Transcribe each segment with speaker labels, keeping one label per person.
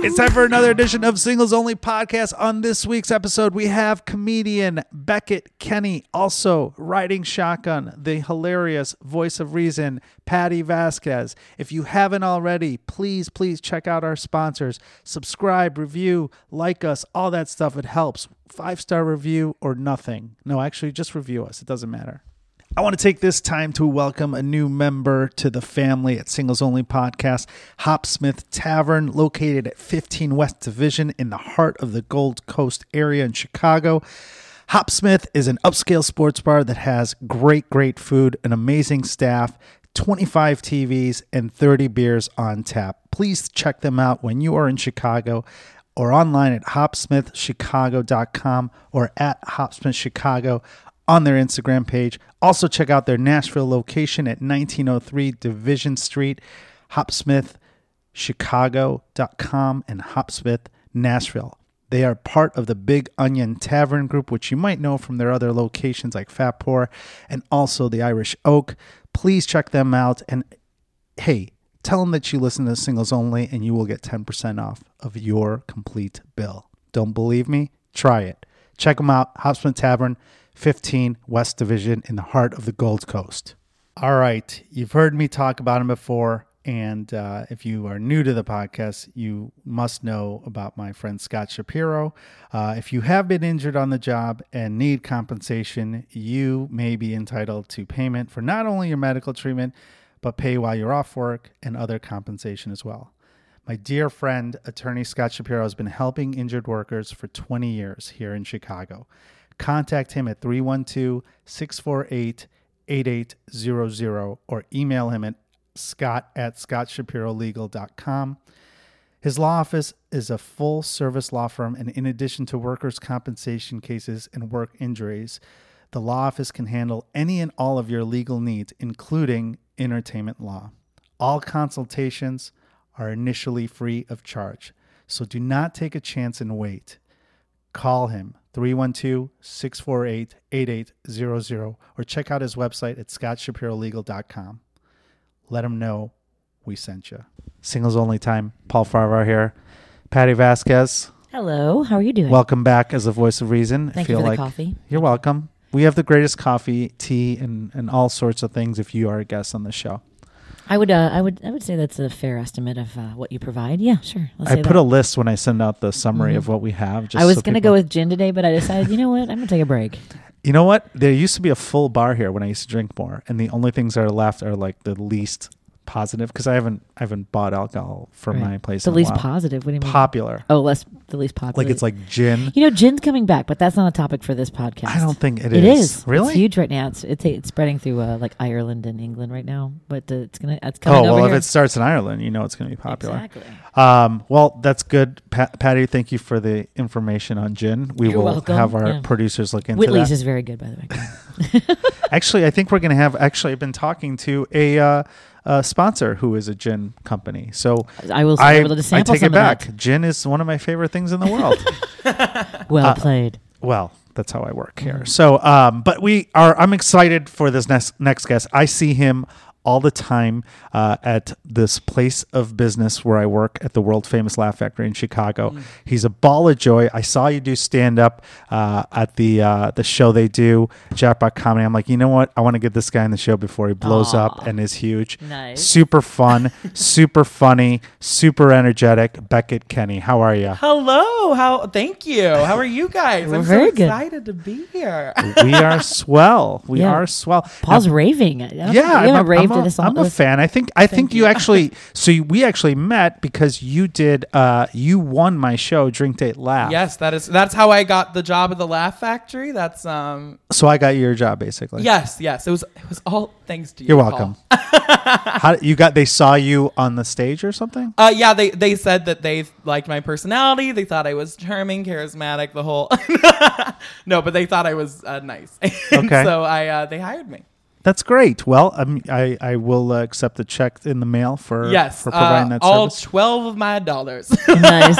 Speaker 1: It's time for another edition of Singles Only Podcast. On this week's episode, we have comedian Beckett Kenny, also riding shotgun, the hilarious voice of reason, Patty Vasquez. If you haven't already, please, please check out our sponsors. Subscribe, review, like us, all that stuff. It helps. Five star review or nothing. No, actually, just review us. It doesn't matter. I want to take this time to welcome a new member to the family at Singles Only Podcast, Hopsmith Tavern, located at 15 West Division in the heart of the Gold Coast area in Chicago. Hopsmith is an upscale sports bar that has great, great food, an amazing staff, 25 TVs, and 30 beers on tap. Please check them out when you are in Chicago or online at hopsmithchicago.com or at hopsmithchicago on their Instagram page. Also, check out their Nashville location at 1903 Division Street, hopsmithchicago.com, and Hopsmith Nashville. They are part of the Big Onion Tavern Group, which you might know from their other locations like Fat Poor and also the Irish Oak. Please check them out and hey, tell them that you listen to singles only and you will get 10% off of your complete bill. Don't believe me? Try it. Check them out, Hopsman Tavern, 15 West Division in the heart of the Gold Coast. All right, you've heard me talk about them before. And uh, if you are new to the podcast, you must know about my friend Scott Shapiro. Uh, if you have been injured on the job and need compensation, you may be entitled to payment for not only your medical treatment, but pay while you're off work and other compensation as well. My dear friend, attorney Scott Shapiro, has been helping injured workers for 20 years here in Chicago. Contact him at 312 648 8800 or email him at scott at scottshapirolegal.com. His law office is a full service law firm, and in addition to workers' compensation cases and work injuries, the law office can handle any and all of your legal needs, including entertainment law. All consultations are initially free of charge, so do not take a chance and wait. Call him 312 648 8800 or check out his website at scottshapirolegal.com. Let him know we sent you. Singles only time. Paul Farvar here. Patty Vasquez,
Speaker 2: Hello, how are you doing?
Speaker 1: welcome back as a voice of reason.
Speaker 2: Thank you for the coffee.
Speaker 1: You're welcome. We have the greatest coffee, tea, and, and all sorts of things if you are a guest on the show.
Speaker 2: I would, uh, I would, I would say that's a fair estimate of uh, what you provide. Yeah, sure. Let's
Speaker 1: I
Speaker 2: say
Speaker 1: put
Speaker 2: that. Mm-hmm.
Speaker 1: a list when I send out the summary of what we have. Just
Speaker 2: I was
Speaker 1: so
Speaker 2: gonna
Speaker 1: people-
Speaker 2: go with gin today, but I decided, you know what, I'm gonna take a break.
Speaker 1: You know what? There used to be a full bar here when I used to drink more, and the only things that are left are like the least positive because I haven't I haven't bought alcohol from
Speaker 2: Right.
Speaker 1: my place.
Speaker 2: The
Speaker 1: in a
Speaker 2: least
Speaker 1: while.
Speaker 2: positive. What do you mean?
Speaker 1: popular,
Speaker 2: Oh, less the least popular.
Speaker 1: like it's like gin.
Speaker 2: you know, gin's coming back, but that's not a topic for this podcast.
Speaker 1: I don't think it is.
Speaker 2: it is.
Speaker 1: really
Speaker 2: It's huge right now. It's it's, it's spreading through uh, like Ireland and England right now, but uh, it's gonna it's coming
Speaker 1: Oh well,
Speaker 2: over
Speaker 1: if
Speaker 2: here.
Speaker 1: it starts in Ireland, you know it's going to be popular.
Speaker 2: Exactly.
Speaker 1: Um, well, that's good, Pat- Patty. Thank you for the information on gin. We
Speaker 2: You're
Speaker 1: will
Speaker 2: welcome.
Speaker 1: have our
Speaker 2: Yeah.
Speaker 1: producers look into
Speaker 2: Whitley's
Speaker 1: that.
Speaker 2: is very good, by the way.
Speaker 1: actually, I think we're going to have. Actually, I've been talking to a, uh, a sponsor who is a gin company. So
Speaker 2: I will.
Speaker 1: I,
Speaker 2: I, able to
Speaker 1: I
Speaker 2: sample
Speaker 1: take
Speaker 2: some
Speaker 1: it
Speaker 2: of
Speaker 1: back.
Speaker 2: that.
Speaker 1: Gin is one of my favorite things in the world.
Speaker 2: Well
Speaker 1: Uh,
Speaker 2: played.
Speaker 1: well, that's how I work
Speaker 2: Mm-hmm.
Speaker 1: here. So, um, but we are. I'm excited for this next next guest. I see him all the time uh, at this place of business where I work at the world famous Laugh Factory in Chicago.
Speaker 2: Mm.
Speaker 1: He's a ball of joy. I saw you do stand up uh, at the uh, the show they do Jackpot Comedy. I'm like, you know what? I want to get this guy in the show before he blows up and is huge.
Speaker 2: Nice.
Speaker 1: Super fun, super funny, super energetic. Beckett Kenny, how are you?
Speaker 3: Hello. How? Thank you. How are you guys?
Speaker 2: We're
Speaker 3: I'm
Speaker 2: very
Speaker 3: so
Speaker 2: good.
Speaker 3: excited to be here.
Speaker 1: we are swell. We
Speaker 2: Yeah.
Speaker 1: are swell.
Speaker 2: Paul's raving. I don't
Speaker 1: yeah,
Speaker 2: think- you haven't
Speaker 1: I'm, a, I'm,
Speaker 2: raved at
Speaker 1: a,
Speaker 2: us all.
Speaker 1: I'm a
Speaker 2: listen.
Speaker 1: fan. I think I think you, actually. So you- we actually met because you did. Uh, you won my show, Drink Date Laugh.
Speaker 3: yes, that is. That's how I got the job at the Laugh Factory. That's um.
Speaker 1: So I got your job basically.
Speaker 3: Yes, yes. It was. It was all thanks to you.
Speaker 1: You're
Speaker 3: Paul.
Speaker 1: welcome. How you got? They saw you on the stage or something.
Speaker 3: Uh, yeah, they they said that they liked my personality. They thought I was charming, charismatic, the whole. no, but they thought I was uh, nice. And
Speaker 1: Okay.
Speaker 3: So I uh, they hired me.
Speaker 1: That's great. Well, I'm, I I will uh, accept the check in the mail for
Speaker 3: Yes,
Speaker 1: for providing
Speaker 3: uh,
Speaker 1: that
Speaker 3: all
Speaker 1: service.
Speaker 3: twelve of my dollars.
Speaker 2: nice.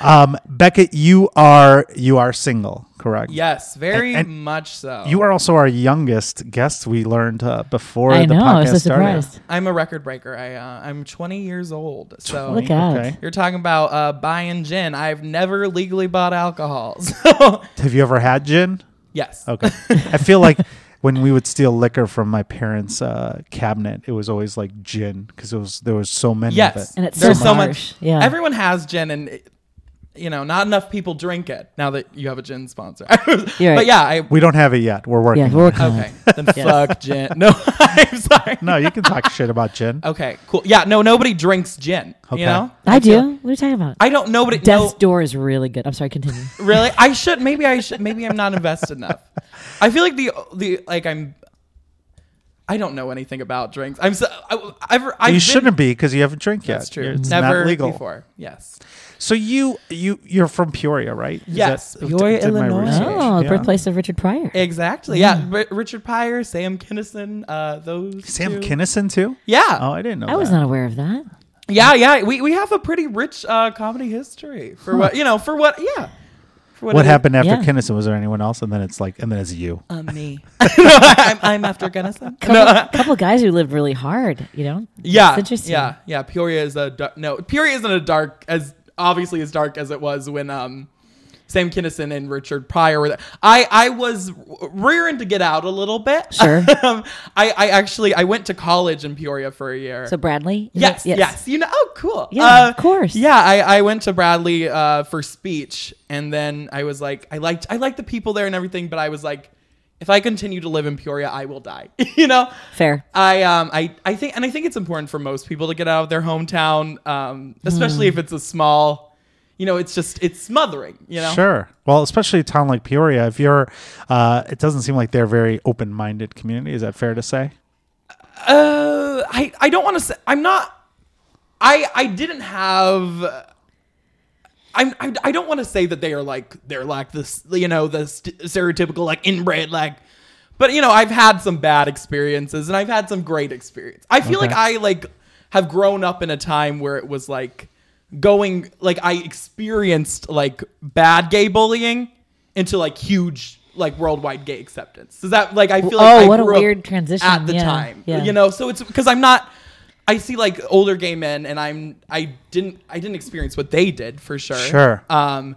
Speaker 1: Um, Beckett, you are you are single, correct?
Speaker 3: yes, very
Speaker 1: And-
Speaker 3: much so.
Speaker 1: You are also our youngest guest. We learned uh, before
Speaker 2: I
Speaker 1: the
Speaker 2: know.
Speaker 1: podcast
Speaker 2: I was so
Speaker 1: started.
Speaker 2: surprised.
Speaker 3: I'm a record breaker. I uh, I'm 20 years old. So
Speaker 2: Look out.
Speaker 1: Okay.
Speaker 3: you're talking about uh, buying gin. I've never legally bought alcohol. So
Speaker 1: Have you ever had gin?
Speaker 3: yes.
Speaker 1: Okay. I feel like when we would steal liquor from my parents' uh, cabinet, it was always like gin because it was there was so many of
Speaker 3: Yes.
Speaker 1: it.
Speaker 2: And it's
Speaker 3: There's
Speaker 2: so
Speaker 3: so
Speaker 2: harsh.
Speaker 3: much.
Speaker 2: Yeah.
Speaker 3: Everyone has gin and it- you know, not enough people drink it now that you have a gin sponsor. but
Speaker 2: right.
Speaker 3: yeah, I
Speaker 1: We don't have it yet. We're working.
Speaker 2: Yeah,
Speaker 1: on
Speaker 2: we're
Speaker 1: it.
Speaker 2: working on
Speaker 3: Okay.
Speaker 2: it.
Speaker 3: Then fuck gin. No, I'm sorry.
Speaker 1: No, you can talk shit about gin.
Speaker 3: Okay, cool. Yeah, no, nobody drinks gin.
Speaker 1: Okay.
Speaker 3: You know?
Speaker 2: I do. What are you talking about?
Speaker 3: I don't nobody
Speaker 2: Death's
Speaker 3: no,
Speaker 2: Door is really good. I'm sorry, continue.
Speaker 3: really i should maybe i should maybe i'm not invested enough i feel like the the like i'm i don't know anything about drinks i'm so I, I've, I've
Speaker 1: you
Speaker 3: been-
Speaker 1: shouldn't be because you haven't drank yet.
Speaker 3: that's true
Speaker 1: It's
Speaker 3: never
Speaker 1: not legal.
Speaker 3: before yes
Speaker 1: So you you you're from Peoria, right? Is
Speaker 3: Yes, Peoria,
Speaker 1: did my
Speaker 3: Illinois.
Speaker 1: research.
Speaker 2: Oh,
Speaker 1: Yeah.
Speaker 2: birthplace of Richard Pryor.
Speaker 3: exactly yeah
Speaker 1: Mm.
Speaker 3: R- richard pryor sam kinnison uh those
Speaker 1: Sam
Speaker 3: two.
Speaker 1: Kinison too.
Speaker 3: yeah
Speaker 1: Oh, I didn't know.
Speaker 2: I was
Speaker 1: that.
Speaker 2: not aware of that.
Speaker 3: yeah yeah we, we have a pretty rich uh comedy history for what you know for what yeah for
Speaker 1: What
Speaker 3: it-
Speaker 1: happened after
Speaker 2: Yeah.
Speaker 1: Kinnison? Was there anyone else? And then it's like, and then it's you.
Speaker 3: uh, me no, I'm, I'm after kinnison
Speaker 2: Couple, couple guys who lived really hard, you know?
Speaker 3: Yeah,
Speaker 2: It's interesting.
Speaker 3: Yeah, yeah. Peoria is a dar- no. Peoria isn't a dark as obviously as dark as it was when um Sam Kinison and Richard Pryor were there. I I was rearing to get out a little bit.
Speaker 2: Sure.
Speaker 3: um, I I actually I went to college in Peoria for a year.
Speaker 2: So Bradley? Is
Speaker 3: Yes,
Speaker 2: it-
Speaker 3: yes, You know, oh, cool.
Speaker 2: Yeah, of course.
Speaker 3: Yeah, I, I went to Bradley uh, for speech, and then I was like, I liked, I liked the people there and everything, but I was like, if I continue to live in Peoria, I will die. you know,
Speaker 2: Fair.
Speaker 3: I um I I think and I think it's important for most people to get out of their hometown, um, especially if it's a small, you know, it's just it's smothering, you know.
Speaker 1: Sure. Well, especially a town like Peoria, if you're, uh, it doesn't seem like they're a very open-minded community. Is that fair to say?
Speaker 3: Uh, I I don't want to say I'm not. I I didn't have. I'm, I, I don't want to say that they are like they're like this you know the st- stereotypical like inbred like but you know I've had some bad experiences and I've had some great experience. I feel like
Speaker 1: Okay.
Speaker 3: I like have grown up in a time where it was like going like I experienced like bad gay bullying into like huge like worldwide gay acceptance. Does that like I feel like
Speaker 2: Oh,
Speaker 3: I
Speaker 2: what a
Speaker 3: grew up
Speaker 2: weird transition.
Speaker 3: at the
Speaker 2: Yeah,
Speaker 3: time.
Speaker 2: yeah.
Speaker 3: You know, so it's because I'm not. I see like older gay men, and I'm I didn't I didn't experience what they did for sure.
Speaker 1: Sure.
Speaker 3: Um,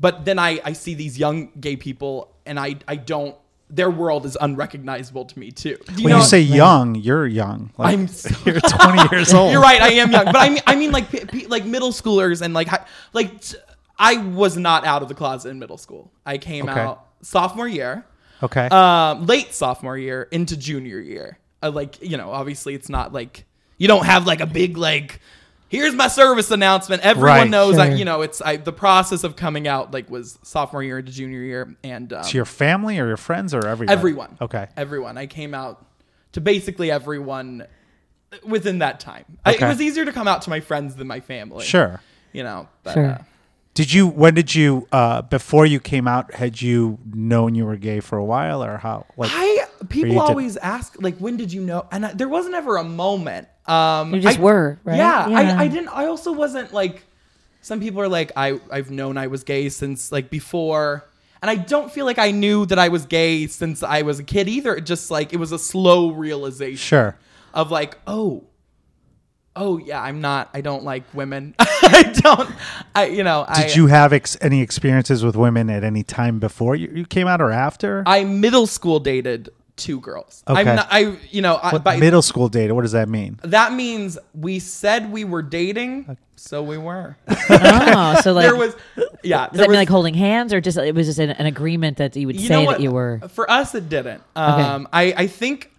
Speaker 3: but then I I see these young gay people, and I I don't. Their world is unrecognizable to me too. Do
Speaker 1: when
Speaker 3: know-
Speaker 1: you say young, you're young. Like,
Speaker 3: I'm so-
Speaker 1: you're 20 years old.
Speaker 3: You're right. I am young, but I mean, I mean, like, pe- pe- like middle schoolers and like, hi- like, t- I was not out of the closet in middle school. I came
Speaker 1: Okay.
Speaker 3: out sophomore year,
Speaker 1: Okay.
Speaker 3: um, late sophomore year into junior year. Uh, like, you know, obviously, it's not like you don't have like a big like. Here's my service announcement. Everyone
Speaker 1: Right.
Speaker 3: knows I,
Speaker 2: Sure.
Speaker 3: you know, it's I, the process of coming out like was sophomore year into junior year, and um,
Speaker 1: to your family or your friends or everyone?
Speaker 3: Everyone.
Speaker 1: Okay.
Speaker 3: Everyone. I came out to basically everyone within that time. I, it
Speaker 1: Okay.
Speaker 3: was easier to come out to my friends than my family.
Speaker 1: Sure.
Speaker 3: You know. But,
Speaker 2: Sure.
Speaker 3: Uh,
Speaker 1: Did you, when did you, uh, before you came out, had you known you were gay for a while or how? Like,
Speaker 3: I
Speaker 1: you
Speaker 3: people
Speaker 1: did-
Speaker 3: always ask like when did you know and I, there wasn't ever a moment um
Speaker 2: You just
Speaker 3: I-
Speaker 2: were, right?
Speaker 3: yeah,
Speaker 2: Yeah.
Speaker 3: I, I didn't I also wasn't like some people are like I I've known I was gay since like before and I don't feel like I knew that I was gay since I was a kid either it just like it was a slow realization
Speaker 1: sure.
Speaker 3: of like, oh, oh yeah, I'm not. I don't like women. I don't. I you know. I,
Speaker 1: Did you have ex- any experiences with women at any time before you, you came out or after?
Speaker 3: I middle school dated two girls.
Speaker 1: Okay.
Speaker 3: I'm not, I you know. I,
Speaker 1: What
Speaker 3: by,
Speaker 1: middle school data? What does that mean?
Speaker 3: that means we said we were dating, so we were.
Speaker 2: oh, so like,
Speaker 3: there was, yeah.
Speaker 2: does that
Speaker 3: there was,
Speaker 2: mean like holding hands or just, it was just an, an agreement that you would say that you were?
Speaker 3: For us, it didn't. Um, I I think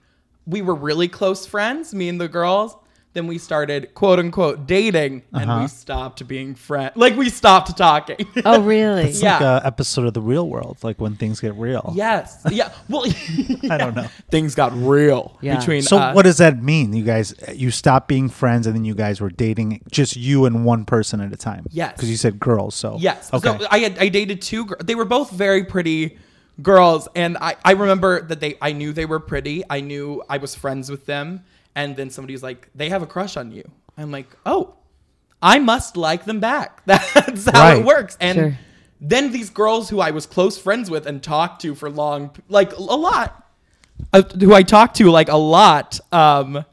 Speaker 3: we were really close friends, me and the girls. Then we started quote unquote dating,
Speaker 1: Uh-huh.
Speaker 3: and we stopped being friends. Like we stopped talking.
Speaker 2: Oh, really?
Speaker 1: It's
Speaker 3: Yeah.
Speaker 1: like a episode of the real world, like when things get real.
Speaker 3: Yes. Yeah. Well,
Speaker 1: I don't know.
Speaker 3: things got real
Speaker 2: Yeah.
Speaker 3: between
Speaker 1: So
Speaker 3: us.
Speaker 1: what does that mean? You guys, you stopped being friends, and then you guys were dating just you and one person at a time.
Speaker 3: Yes.
Speaker 1: because you said girls. So
Speaker 3: yes.
Speaker 1: okay.
Speaker 3: So I had I dated two girls. They were both very pretty girls and I, I remember that they i knew they were pretty i knew i was friends with them and then somebody's like they have a crush on you i'm like oh i must like them back that's how
Speaker 1: Right.
Speaker 3: it works and
Speaker 2: Sure.
Speaker 3: then these girls who i was close friends with and talked to for long like a lot uh, who i talked to like a lot um y-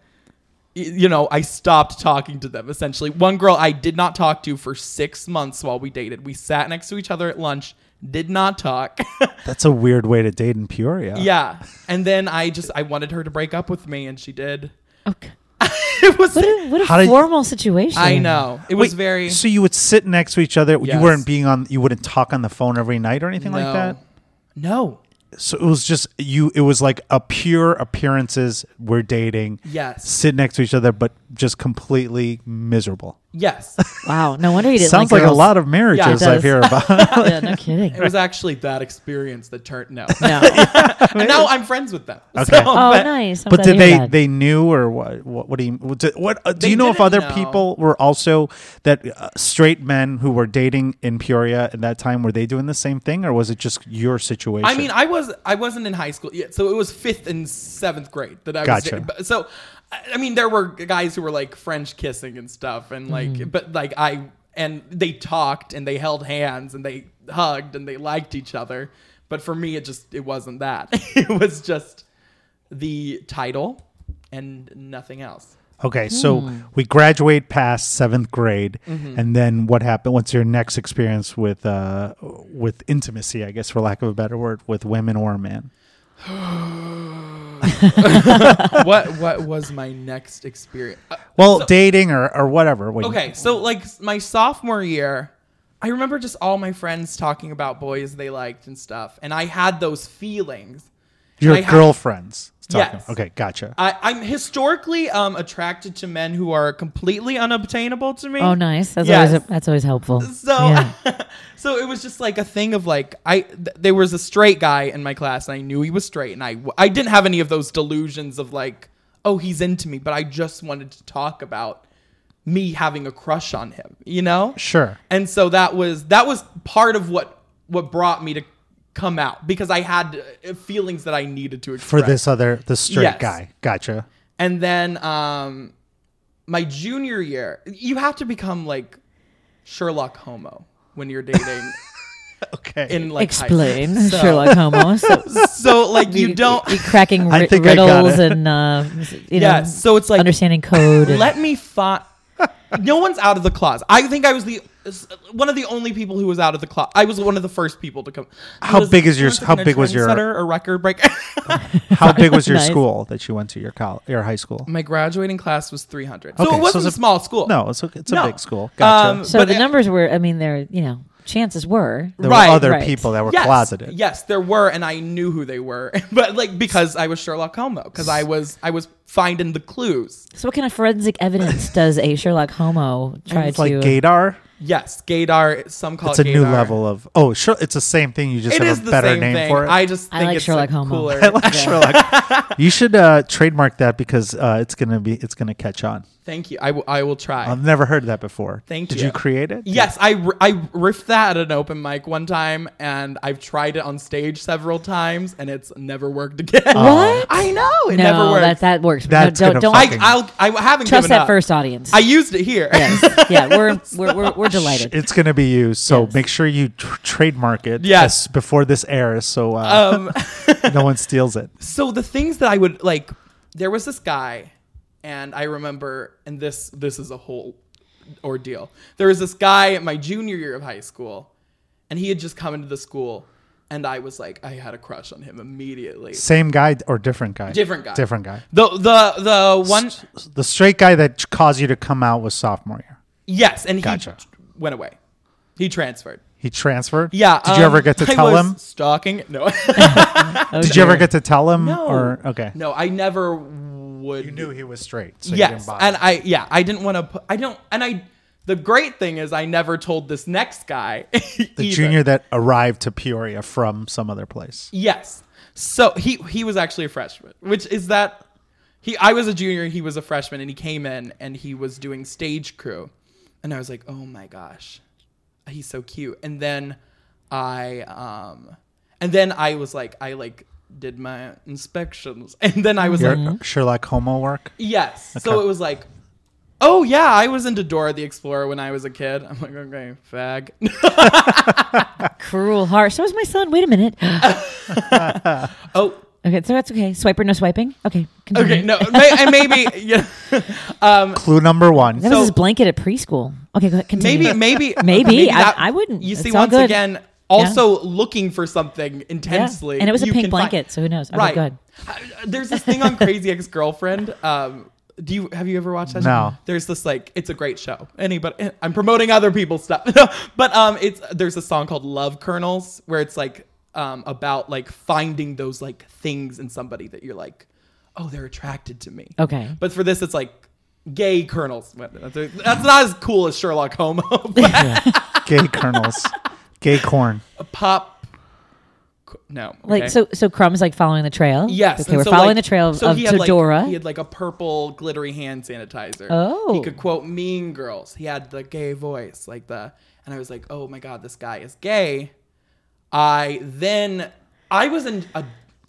Speaker 3: you know i stopped talking to them essentially one girl i did not talk to for six months while we dated we sat next to each other at lunch did not talk
Speaker 1: That's a weird way to date in Peoria.
Speaker 3: Yeah. And then I just I wanted her to break up with me and she did.
Speaker 2: Okay.
Speaker 3: It was
Speaker 2: What a, Oh, what a
Speaker 1: How did-
Speaker 2: formal situation.
Speaker 3: I know. It was
Speaker 1: Wait,
Speaker 3: very
Speaker 1: So you would sit next to each other. You
Speaker 3: Yes.
Speaker 1: weren't being on. You wouldn't talk on the phone every night or anything like
Speaker 3: No.
Speaker 1: that.
Speaker 3: No.
Speaker 1: So it was just you. It was like a pure appearances. We're dating.
Speaker 3: Yes.
Speaker 1: Sit next to each other, but just completely miserable.
Speaker 3: Yes.
Speaker 2: Wow. No wonder you didn't.
Speaker 1: Sounds
Speaker 2: like,
Speaker 1: like, a
Speaker 2: girls.
Speaker 1: lot of marriages
Speaker 3: does.
Speaker 1: I've heard about.
Speaker 2: yeah, no kidding.
Speaker 3: It was actually that experience that turned no.
Speaker 2: No.
Speaker 3: and now I'm friends with them.
Speaker 1: Okay.
Speaker 3: So,
Speaker 2: Oh,
Speaker 3: but
Speaker 2: nice. I'm
Speaker 1: but
Speaker 2: glad
Speaker 1: did
Speaker 2: to hear
Speaker 1: they?
Speaker 2: that.
Speaker 1: They knew or what? What, what do you? What, do- what uh, do
Speaker 3: They
Speaker 1: you know if
Speaker 3: didn't
Speaker 1: other
Speaker 3: know.
Speaker 1: people were also that uh, straight men who were dating in Peoria at that time were they doing the same thing or was it just your situation?
Speaker 3: I mean, I was I wasn't in high school yet, so it was fifth and seventh grade that I
Speaker 1: Gotcha.
Speaker 3: was. but- So, I I mean, there were guys who were like French kissing and stuff, and like,
Speaker 1: Mm-hmm.
Speaker 3: but like I and they talked and they held hands and they hugged and they liked each other. But for me, it just it wasn't that. it was just the title and nothing else. hmm.
Speaker 1: Okay, so we graduate past seventh grade,
Speaker 3: Mm-hmm.
Speaker 1: and then what happened? What's your next experience with uh, with intimacy? I guess, for lack of a better word, with women or men.
Speaker 3: what what was my next experience? Uh,
Speaker 1: Well,
Speaker 3: so-
Speaker 1: dating or, or whatever. when-
Speaker 3: Okay, so like s- my sophomore year, I remember just all my friends talking about boys they liked and stuff, and I had those feelings.
Speaker 1: your
Speaker 3: I had-
Speaker 1: girlfriends. talking.
Speaker 3: Yes.
Speaker 1: Okay, gotcha.
Speaker 3: I, I'm historically um, attracted to men who are completely unobtainable to me.
Speaker 2: Oh, nice. That's
Speaker 3: Yes.
Speaker 2: always that's always helpful.
Speaker 3: So,
Speaker 2: yeah.
Speaker 3: so it was just like a thing of like I. Th- there was a straight guy in my class, and I knew he was straight, and I w- I didn't have any of those delusions of like, oh, he's into me, but I just wanted to talk about me having a crush on him, you know?
Speaker 1: Sure.
Speaker 3: and so that was that was part of what what brought me to come out because I had uh, feelings that I needed to
Speaker 1: For
Speaker 3: express
Speaker 1: this other, this straight
Speaker 3: Yes.
Speaker 1: guy. Gotcha.
Speaker 3: And then um, my junior year, you have to become like Sherlock Homo when you're dating
Speaker 1: Okay.
Speaker 3: in like high school.
Speaker 2: Explain
Speaker 3: So-
Speaker 2: Sherlock Holmes. So,
Speaker 3: So like you don't.
Speaker 2: be cracking
Speaker 1: I
Speaker 2: ri-
Speaker 1: think I got
Speaker 2: riddles
Speaker 1: it.
Speaker 2: and uh, you know
Speaker 3: Yes. So it's like
Speaker 2: understanding code. and-
Speaker 3: let me find. No one's out of the closet. I think I was the one of the only people who was out of the closet. I was one of the first people to come.
Speaker 1: How
Speaker 3: Was-
Speaker 1: big is your-
Speaker 3: once
Speaker 1: how
Speaker 3: again, a
Speaker 1: big was your-
Speaker 3: trendsetter, a record breaker?
Speaker 1: How big was your
Speaker 2: Nice.
Speaker 1: school that you went to? Your college, your high school?
Speaker 3: My graduating class was 300.
Speaker 1: Okay,
Speaker 3: Mm, so it
Speaker 1: so
Speaker 3: wasn't
Speaker 1: it's
Speaker 3: a,
Speaker 1: a-
Speaker 3: small school.
Speaker 1: No, it's a, it's a
Speaker 3: No.
Speaker 1: big school. Gotcha.
Speaker 3: Um,
Speaker 2: so
Speaker 3: but
Speaker 2: the
Speaker 3: it-
Speaker 2: numbers were. I mean, they're you know chances were.
Speaker 1: there
Speaker 3: right,
Speaker 1: were other
Speaker 2: right.
Speaker 1: people that were
Speaker 3: yes,
Speaker 1: closeted.
Speaker 3: Yes, there were, and I knew who they were, but like because I was Sherlock Holmes, because I was I was finding the clues.
Speaker 2: So what kind of forensic evidence does a Sherlock Homo try
Speaker 1: It's
Speaker 2: to?
Speaker 1: like Gadar.
Speaker 3: Yes, Gaydar. Some call
Speaker 1: It's a
Speaker 3: it
Speaker 1: new
Speaker 3: Gaydar.
Speaker 1: level of oh sure it's the same thing you just
Speaker 3: It
Speaker 1: have
Speaker 3: is
Speaker 1: a
Speaker 3: the
Speaker 1: better
Speaker 3: same
Speaker 1: name
Speaker 3: thing.
Speaker 1: for it.
Speaker 3: I just
Speaker 2: I
Speaker 3: think
Speaker 2: like
Speaker 3: it's
Speaker 2: Sherlock
Speaker 3: like
Speaker 2: Homo.
Speaker 3: cooler.
Speaker 1: I like Sherlock. you should uh, trademark that because uh, it's gonna be it's gonna catch on.
Speaker 3: Thank you. I will- I will try.
Speaker 1: I've never heard that before.
Speaker 3: Thank
Speaker 1: Did
Speaker 3: you.
Speaker 1: you create it?
Speaker 3: Yes, I, r- I riffed that at an open mic one time, and I've tried it on stage several times, and it's never worked again.
Speaker 2: What?
Speaker 3: I know it
Speaker 2: no,
Speaker 3: never worked.
Speaker 2: that that works.
Speaker 1: That's
Speaker 2: no,
Speaker 1: gonna
Speaker 2: don't don't
Speaker 1: fucking-
Speaker 3: I I'll, I haven't
Speaker 2: trust
Speaker 3: given
Speaker 2: that
Speaker 3: up.
Speaker 2: first audience.
Speaker 3: I used it here.
Speaker 2: yes. Yeah, we're we're we're, we're delighted.
Speaker 1: It's gonna be used. So
Speaker 2: Yes.
Speaker 1: make sure you tr- trademark it.
Speaker 3: Yes.
Speaker 1: as- before this airs, so uh,
Speaker 3: um,
Speaker 1: no one steals it.
Speaker 3: so the things that I would like, there was this guy, and I remember, and this this is a whole ordeal. There was this guy at my junior year of high school, and he had just come into the school, and I was like, I had a crush on him immediately.
Speaker 1: Same guy d- or different guy?
Speaker 3: Different guy.
Speaker 1: Different guy.
Speaker 3: The the the one
Speaker 1: The straight guy that caused you to come out was sophomore year.
Speaker 3: yes, and he
Speaker 1: Gotcha.
Speaker 3: went away. He transferred.
Speaker 1: He transferred.
Speaker 3: Yeah.
Speaker 1: Did you
Speaker 3: um,
Speaker 1: ever get to
Speaker 3: I
Speaker 1: tell
Speaker 3: was
Speaker 1: him?
Speaker 3: stalking? No.
Speaker 2: Oh,
Speaker 1: Did you ever
Speaker 2: dear.
Speaker 1: get to tell him?
Speaker 3: no.
Speaker 1: Or okay.
Speaker 3: No, I never would.
Speaker 1: You knew he was straight. So you didn't
Speaker 3: yes
Speaker 1: bother.
Speaker 3: and i yeah i didn't want to put i don't and i the great thing is i never told this next guy
Speaker 1: the junior that arrived to Peoria from some other place.
Speaker 3: yes so he he was actually a freshman which is that he i was a junior he was a freshman and he came in and he was doing stage crew and i was like oh my gosh he's so cute and then i um And then I was like, I like did my inspections, and then I was
Speaker 1: Your
Speaker 3: like,
Speaker 1: Sherlock Homo work.
Speaker 3: yes. So it was like, oh yeah, I was into Dora the Explorer when I was a kid. I'm like, okay, fag.
Speaker 2: Cruel heart. So is my son. Wait a minute.
Speaker 3: oh,
Speaker 2: okay, so that's okay. Swiper, no swiping. Okay. continue.
Speaker 3: okay, no, may, and maybe yeah,
Speaker 1: Clue number one.
Speaker 2: That
Speaker 3: So-
Speaker 2: was his blanket at preschool. Okay, go ahead. Continue.
Speaker 3: maybe maybe
Speaker 2: Maybe. I- I wouldn't.
Speaker 3: You see,
Speaker 2: It's all
Speaker 3: once
Speaker 2: good.
Speaker 3: again, also looking for something
Speaker 2: Yeah.
Speaker 3: intensely,
Speaker 2: And it was a
Speaker 3: you
Speaker 2: pink
Speaker 3: can find-
Speaker 2: blanket, so who knows? Okay,
Speaker 3: right.
Speaker 2: go ahead.
Speaker 3: Uh, There's this thing on Crazy Ex Girlfriend. Um, do you have you ever watched that?
Speaker 1: No.
Speaker 3: show? There's this like it's a great show. Anybody, I'm promoting other people's stuff, but um, it's there's a song called Love Kernels where it's like um about like finding those like things in somebody that you're like, oh, they're attracted to me.
Speaker 2: Okay.
Speaker 3: But for this, it's like gay colonels. That's that's not as cool as Sherlock Homo. But
Speaker 1: Gay kernels. Gay corn.
Speaker 3: pop. No.
Speaker 2: Like
Speaker 3: okay.
Speaker 2: so, so Crumb's like following the trail.
Speaker 3: Yes.
Speaker 2: Okay,
Speaker 3: and
Speaker 2: we're
Speaker 3: so,
Speaker 2: following
Speaker 3: like-
Speaker 2: the trail of,
Speaker 3: so
Speaker 2: of
Speaker 3: he had, like-
Speaker 2: Todora.
Speaker 3: he had like a purple glittery hand sanitizer.
Speaker 2: Oh.
Speaker 3: He could quote Mean Girls. He had the gay voice, like the. And I was like, oh my god, this guy is gay. I then I was in a.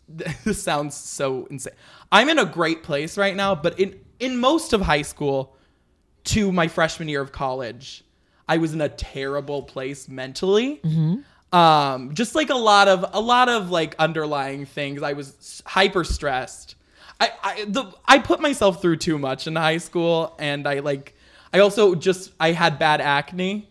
Speaker 3: This sounds so insane. I'm in a great place right now, but in in most of high school, to my freshman year of college, I was in a terrible place mentally. Um, just like a lot of a lot of like underlying things. I was hyper stressed. I I the I put myself through too much in high school, and I like I also just I had bad acne,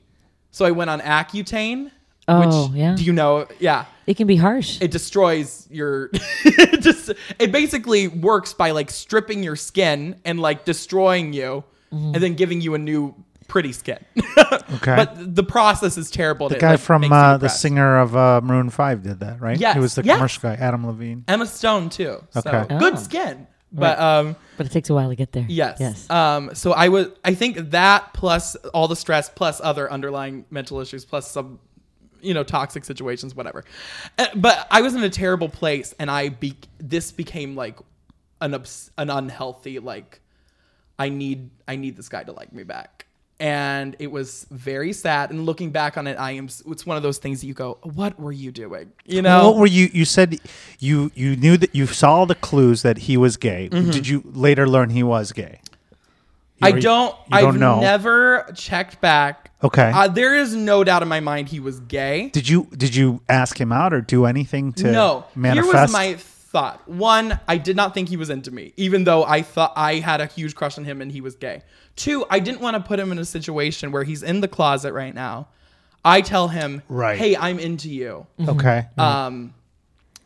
Speaker 3: so I went on Accutane.
Speaker 2: Oh, yeah.
Speaker 3: Do you know? Yeah
Speaker 2: it can be harsh.
Speaker 3: it destroys your it just it basically works by like stripping your skin and like destroying you
Speaker 2: Mm-hmm.
Speaker 3: and then giving you a new pretty skin
Speaker 1: Okay.
Speaker 3: but the process is terrible
Speaker 1: the guy from uh, the singer of uh, Maroon Five did that, right?
Speaker 3: Yes,
Speaker 1: He was the
Speaker 3: yes.
Speaker 1: commercial guy, Adam Levine.
Speaker 3: emma stone too so
Speaker 1: Okay.
Speaker 2: Oh.
Speaker 3: good skin but um
Speaker 2: but it takes a while to get there.
Speaker 3: yes
Speaker 2: Yes.
Speaker 3: um so i was i think that plus all the stress plus other underlying mental issues plus some you know toxic situations whatever Uh, but i was in a terrible place and i be this became like an obs- an unhealthy like i need i need this guy to like me back and it was very sad and looking back on it i am s- it's one of those things that you go what were you doing you know
Speaker 1: What were you? You said you you knew that you saw the clues that he was gay.
Speaker 3: Mm-hmm.
Speaker 1: Did you later learn he was gay?
Speaker 3: I
Speaker 1: Or you-
Speaker 3: don't.
Speaker 1: You don't
Speaker 3: I've
Speaker 1: know.
Speaker 3: never checked back.
Speaker 1: Okay.
Speaker 3: Uh, there is no doubt in my mind he was gay.
Speaker 1: did you did you ask him out or do anything to
Speaker 3: no.
Speaker 1: manifest?
Speaker 3: Here was my thought. One, I did not think he was into me, even though I thought I had a huge crush on him and he was gay. Two, I didn't want to put him in a situation where he's in the closet right now. I tell him,
Speaker 1: Right.
Speaker 3: hey, I'm into you.
Speaker 1: okay.
Speaker 3: um,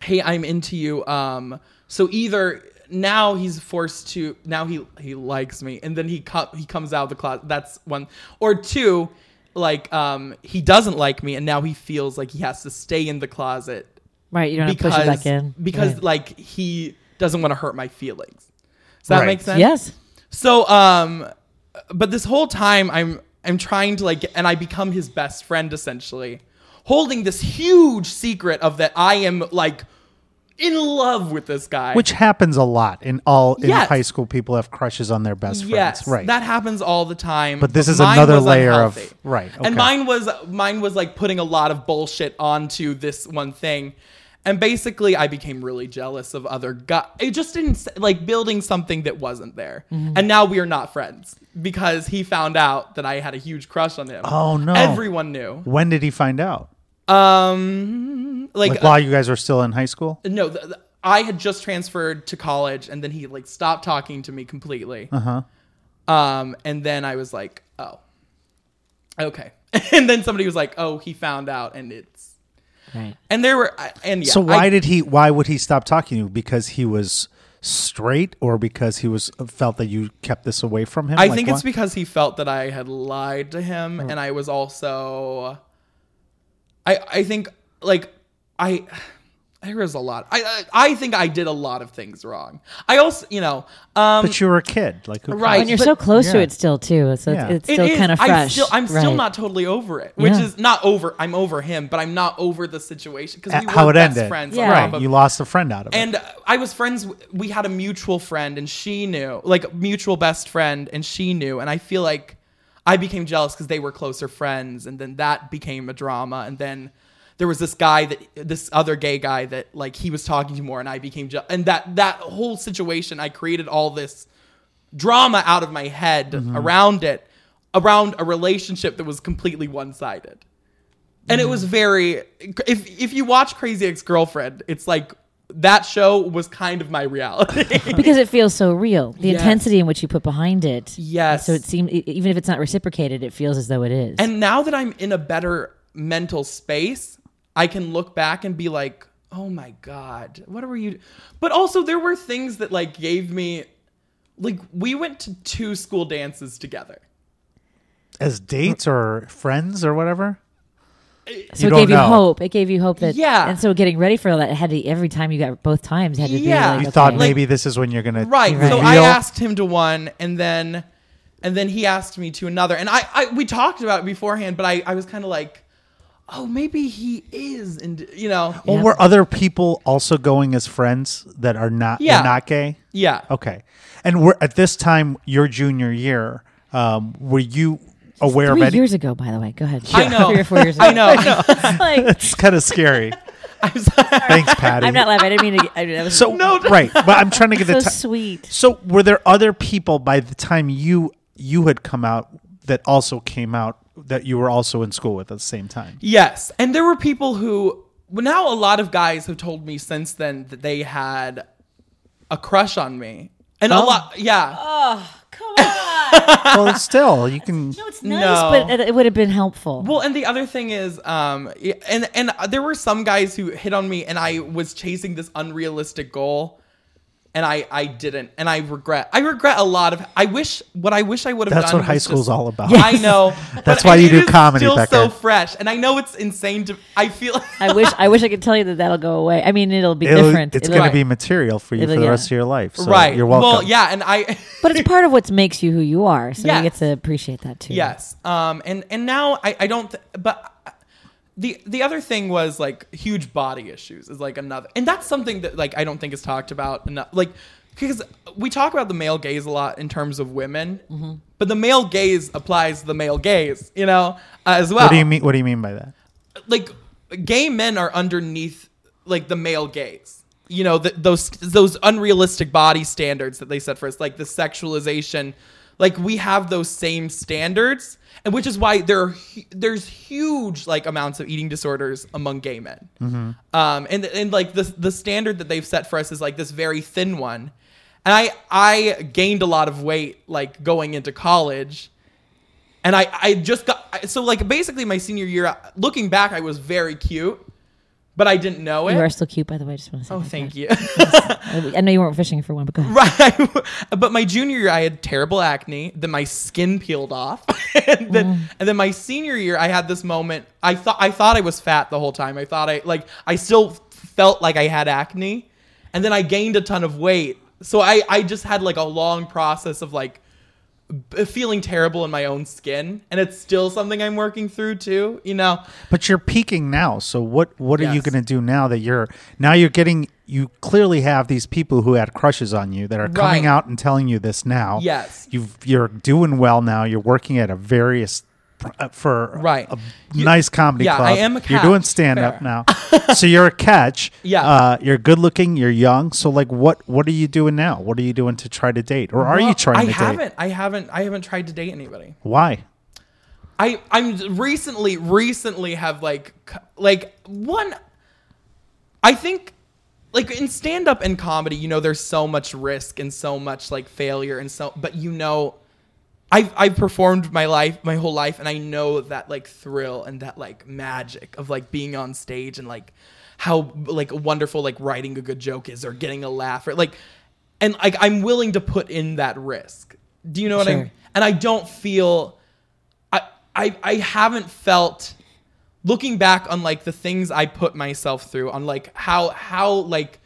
Speaker 3: hey, I'm into you. Um, so either now he's forced to now he he likes me, and then he co- he comes out of the closet. That's one or two. Like um, he doesn't like me, and now he feels like he has to stay in the closet
Speaker 2: right. You don't have to
Speaker 3: because
Speaker 2: push it back in.
Speaker 3: because
Speaker 2: Right.
Speaker 3: like he doesn't want to hurt my feelings. Does that
Speaker 1: Right.
Speaker 3: make sense?
Speaker 2: yes.
Speaker 3: So um but this whole time I'm I'm trying to like and I become his best friend essentially, holding this huge secret of that I am like in love with this guy.
Speaker 1: Which happens a lot in all in
Speaker 3: Yes.
Speaker 1: high school. People have crushes on their best
Speaker 3: yes,
Speaker 1: friends, right?
Speaker 3: That happens all the time.
Speaker 1: But this is
Speaker 3: mine
Speaker 1: another
Speaker 3: was
Speaker 1: layer of-
Speaker 3: unhealthy.
Speaker 1: right, okay.
Speaker 3: And mine was mine was like putting a lot of bullshit onto this one thing. And basically, I became really jealous of other guys. It just didn't s- like building something that wasn't there.
Speaker 1: Mm-hmm.
Speaker 3: And now we are not friends because he found out that I had a huge crush on him.
Speaker 1: Oh, no.
Speaker 3: Everyone knew.
Speaker 1: when did he find out?
Speaker 3: Um, like,
Speaker 1: Like while you guys were still in high school?
Speaker 3: no, th th- I had just transferred to college, and then he like stopped talking to me completely. Uh
Speaker 1: Uh-huh.
Speaker 3: huh. Um, and then I was like, oh, okay. and then somebody was like, oh, he found out, and it's
Speaker 2: Right.
Speaker 3: and there were I- and yeah.
Speaker 1: So why
Speaker 3: I,
Speaker 1: did he? Why would he stop talking to you? Because he was straight, or because he was felt that you kept this away from him?
Speaker 3: I
Speaker 1: Like,
Speaker 3: think
Speaker 1: why- Mm-hmm.
Speaker 3: it's because he felt that I had lied to him, and I was also. I I think like I. There was a lot. I, I I think I did a lot of things wrong. I also, you know, um,
Speaker 1: But you were a kid, like who
Speaker 3: Right.
Speaker 2: And you're
Speaker 3: But-
Speaker 2: so close to
Speaker 1: Yeah.
Speaker 2: it still too. So it's,
Speaker 1: Yeah.
Speaker 2: it's
Speaker 3: It
Speaker 2: still
Speaker 3: is.
Speaker 2: kind of fresh.
Speaker 3: I still, I'm still
Speaker 2: Right.
Speaker 3: not totally over it, which
Speaker 2: Yeah.
Speaker 3: is not over. I'm over him, but I'm not over the situation because
Speaker 1: cares
Speaker 3: we were
Speaker 1: Uh, how it
Speaker 3: best
Speaker 1: ended?
Speaker 3: friends.
Speaker 2: Yeah.
Speaker 3: on top
Speaker 1: Right,
Speaker 3: of-
Speaker 1: you lost a friend out of it.
Speaker 3: and I was friends. w- We had a mutual friend, and she knew, like mutual best friend, and she knew. And I feel like I became jealous because they were closer friends, and then that became a drama. And then there was this guy that this other gay guy that like he was talking to more, and I became jealous. And that that whole situation, I created all this drama out of my head around it, around a relationship that was completely one sided. And it
Speaker 2: Mm-hmm.
Speaker 3: was very if if you watch Crazy Ex Girlfriend, it's like that show was kind of my reality.
Speaker 2: because it feels so real. The
Speaker 3: Yes.
Speaker 2: intensity in which you put behind it.
Speaker 3: Yes.
Speaker 2: So it seems e- even if it's not reciprocated, it feels as though it is.
Speaker 3: And now that I'm in a better mental space, I can look back and be like, "Oh my god, what were you?" But also, there were things that like gave me, like we went to two school dances together.
Speaker 1: as dates or friends or whatever.
Speaker 2: so
Speaker 1: you
Speaker 2: it
Speaker 1: don't
Speaker 2: gave you
Speaker 1: know.
Speaker 2: hope. It gave you hope that
Speaker 3: Yeah.
Speaker 2: And so getting ready for all that it had to every time you got both times had to
Speaker 3: Yeah.
Speaker 2: be like
Speaker 1: You
Speaker 2: okay.
Speaker 1: thought maybe this is when you're gonna
Speaker 3: Right. So I
Speaker 1: reveal-
Speaker 3: asked him to one, and then, and then he asked me to another, and I, I we talked about it beforehand, but I, I was kind of like, "Oh, maybe he is," and you know,
Speaker 1: Well, were other people also going as friends that are not
Speaker 3: Yeah.
Speaker 1: were not gay?
Speaker 3: yeah.
Speaker 1: Okay, and we're at this time your junior year. Um, were you aware
Speaker 2: three
Speaker 1: of any?
Speaker 2: years ago, by the way. Go ahead.
Speaker 3: I know.
Speaker 2: Three or four years ago.
Speaker 3: I know. I know.
Speaker 2: like,
Speaker 1: It's kind of scary.
Speaker 3: I'm sorry.
Speaker 1: Thanks, Patty.
Speaker 2: I'm not laughing. I didn't mean to. Get, I, that was
Speaker 1: so
Speaker 3: No,
Speaker 1: right, but I'm trying to get
Speaker 2: so
Speaker 1: the. T-
Speaker 2: sweet.
Speaker 1: so were there other people by the time you you had come out that also came out that you were also in school with at the same time?
Speaker 3: Yes. And there were people who, well, now a lot of guys have told me since then that they had a crush on me. And a lot, yeah.
Speaker 2: Come on.
Speaker 1: well, still you can.
Speaker 2: No, it's nice,
Speaker 3: No.
Speaker 2: but it, it would have been helpful.
Speaker 3: Well, and the other thing is, um, y- and and there were some guys who hit on me, and I was chasing this unrealistic goal, and I I didn't, and I regret. I regret a lot of. I wish what I wish I would have.
Speaker 1: That's
Speaker 3: done
Speaker 1: what high
Speaker 3: was
Speaker 1: school's
Speaker 3: just-
Speaker 1: all about.
Speaker 3: I know.
Speaker 1: That's
Speaker 3: but
Speaker 1: why you
Speaker 3: it
Speaker 1: do
Speaker 3: is
Speaker 1: comedy,
Speaker 3: Still so
Speaker 1: Becca.
Speaker 3: fresh, and I know it's insane to. I feel.
Speaker 2: I wish I wish I could tell you that that'll go away. I mean, it'll be
Speaker 1: It'll-
Speaker 2: different.
Speaker 1: It's
Speaker 2: It'll-
Speaker 1: going to be material for you for
Speaker 2: It'll-
Speaker 1: the
Speaker 2: yeah.
Speaker 1: rest of your life. So
Speaker 3: right.
Speaker 1: You're welcome.
Speaker 3: Well, yeah, and I.
Speaker 2: but it's part of what makes you who you are. So you get
Speaker 3: Yes.
Speaker 2: to appreciate that too.
Speaker 3: Yes. Um. And and now I I don't. Th- but the the other thing was like huge body issues is like another, and that's something that like I don't think is talked about enough. Like because we talk about the male gaze a lot in terms of women,
Speaker 1: Mm-hmm.
Speaker 3: but the male gaze applies to the male gaze, you know, uh, as well.
Speaker 1: What do you mean? What do you mean by that?
Speaker 3: Like gay men are underneath like the male gaze. You know, th those those unrealistic body standards that they set for us, like the sexualization, like we have those same standards, and which is why there are, hu- there's huge like amounts of eating disorders among gay men. Um, and and like the the standard that they've set for us is like this very thin one, and I I gained a lot of weight like going into college, and I I just got I- so like basically my senior year, looking back, I was very cute, but I didn't know it.
Speaker 2: You are still cute, by the way. I just want to say.
Speaker 3: Oh,
Speaker 2: that.
Speaker 3: thank you.
Speaker 2: I I know you weren't fishing for one, but go ahead.
Speaker 3: right. But my junior year, I had terrible acne. Then my skin peeled off. and,
Speaker 1: Mm.
Speaker 3: then, and then my senior year, I had this moment. I thought I thought I was fat the whole time. I thought I like I still felt like I had acne. And then I gained a ton of weight. So I I just had like a long process of like b- feeling terrible in my own skin and it's still something i'm working through too you know
Speaker 1: But you're peaking now. So what? What are you
Speaker 3: Yes.
Speaker 1: going to do now that you're now you're getting? You clearly have these people who had crushes on you that are coming
Speaker 3: Right.
Speaker 1: out and telling you this now.
Speaker 3: Yes.
Speaker 1: You've you're doing well now. You're working at a various uh, for
Speaker 3: Right.
Speaker 1: a nice comedy
Speaker 3: yeah,
Speaker 1: club.
Speaker 3: I am a
Speaker 1: You're
Speaker 3: catch.
Speaker 1: doing stand up
Speaker 3: Fair.
Speaker 1: now. so you're a catch.
Speaker 3: Yeah.
Speaker 1: Uh, you're good looking. You're young. So like, what what are you doing now? What are you doing to try to date, or are you
Speaker 3: Well,
Speaker 1: trying
Speaker 3: i
Speaker 1: to date?
Speaker 3: haven't i haven't i haven't tried to date anybody
Speaker 1: Why?
Speaker 3: I I'm recently recently have like c- like one I think like in stand up and comedy, you know there's so much risk and so much like failure and so but you know I've I've performed my life my whole life and I know that like thrill and that like magic of like being on stage and like how like wonderful like writing a good joke is or getting a laugh or like and like I'm willing to put in that risk. Do you know what I
Speaker 2: Sure.
Speaker 3: mean? And I don't feel I I I haven't felt looking back on like the things I put myself through on like how how like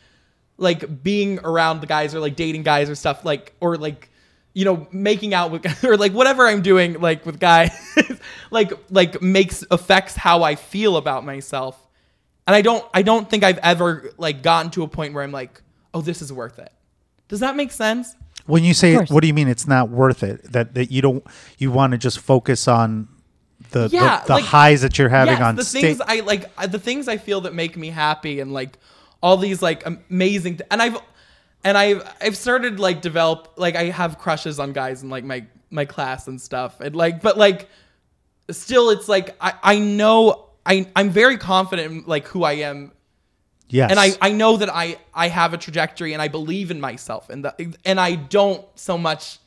Speaker 3: like being around the guys or like dating guys or stuff like or like you know making out with or like whatever I'm doing like with guys like like makes affects how I feel about myself and I don't I don't think I've ever like gotten to a point where I'm like oh this is worth it does that make sense
Speaker 1: When you say
Speaker 2: course.
Speaker 1: what do you mean it's not worth it? That that you don't you want to just focus on the
Speaker 3: Yeah,
Speaker 1: the, the
Speaker 3: like-
Speaker 1: highs that you're having
Speaker 3: Yes,
Speaker 1: on
Speaker 3: the
Speaker 1: stage.
Speaker 3: things I like, I- the things I feel that make me happy, and like all these like amazing. Th- and I've and I've I've started like develop like I have crushes on guys in like my my class and stuff, and like but like still, it's like I I know I I'm very confident in like who I am
Speaker 1: yes,
Speaker 3: and I, I know that I, I have a trajectory and I believe in myself and the, and I don't so much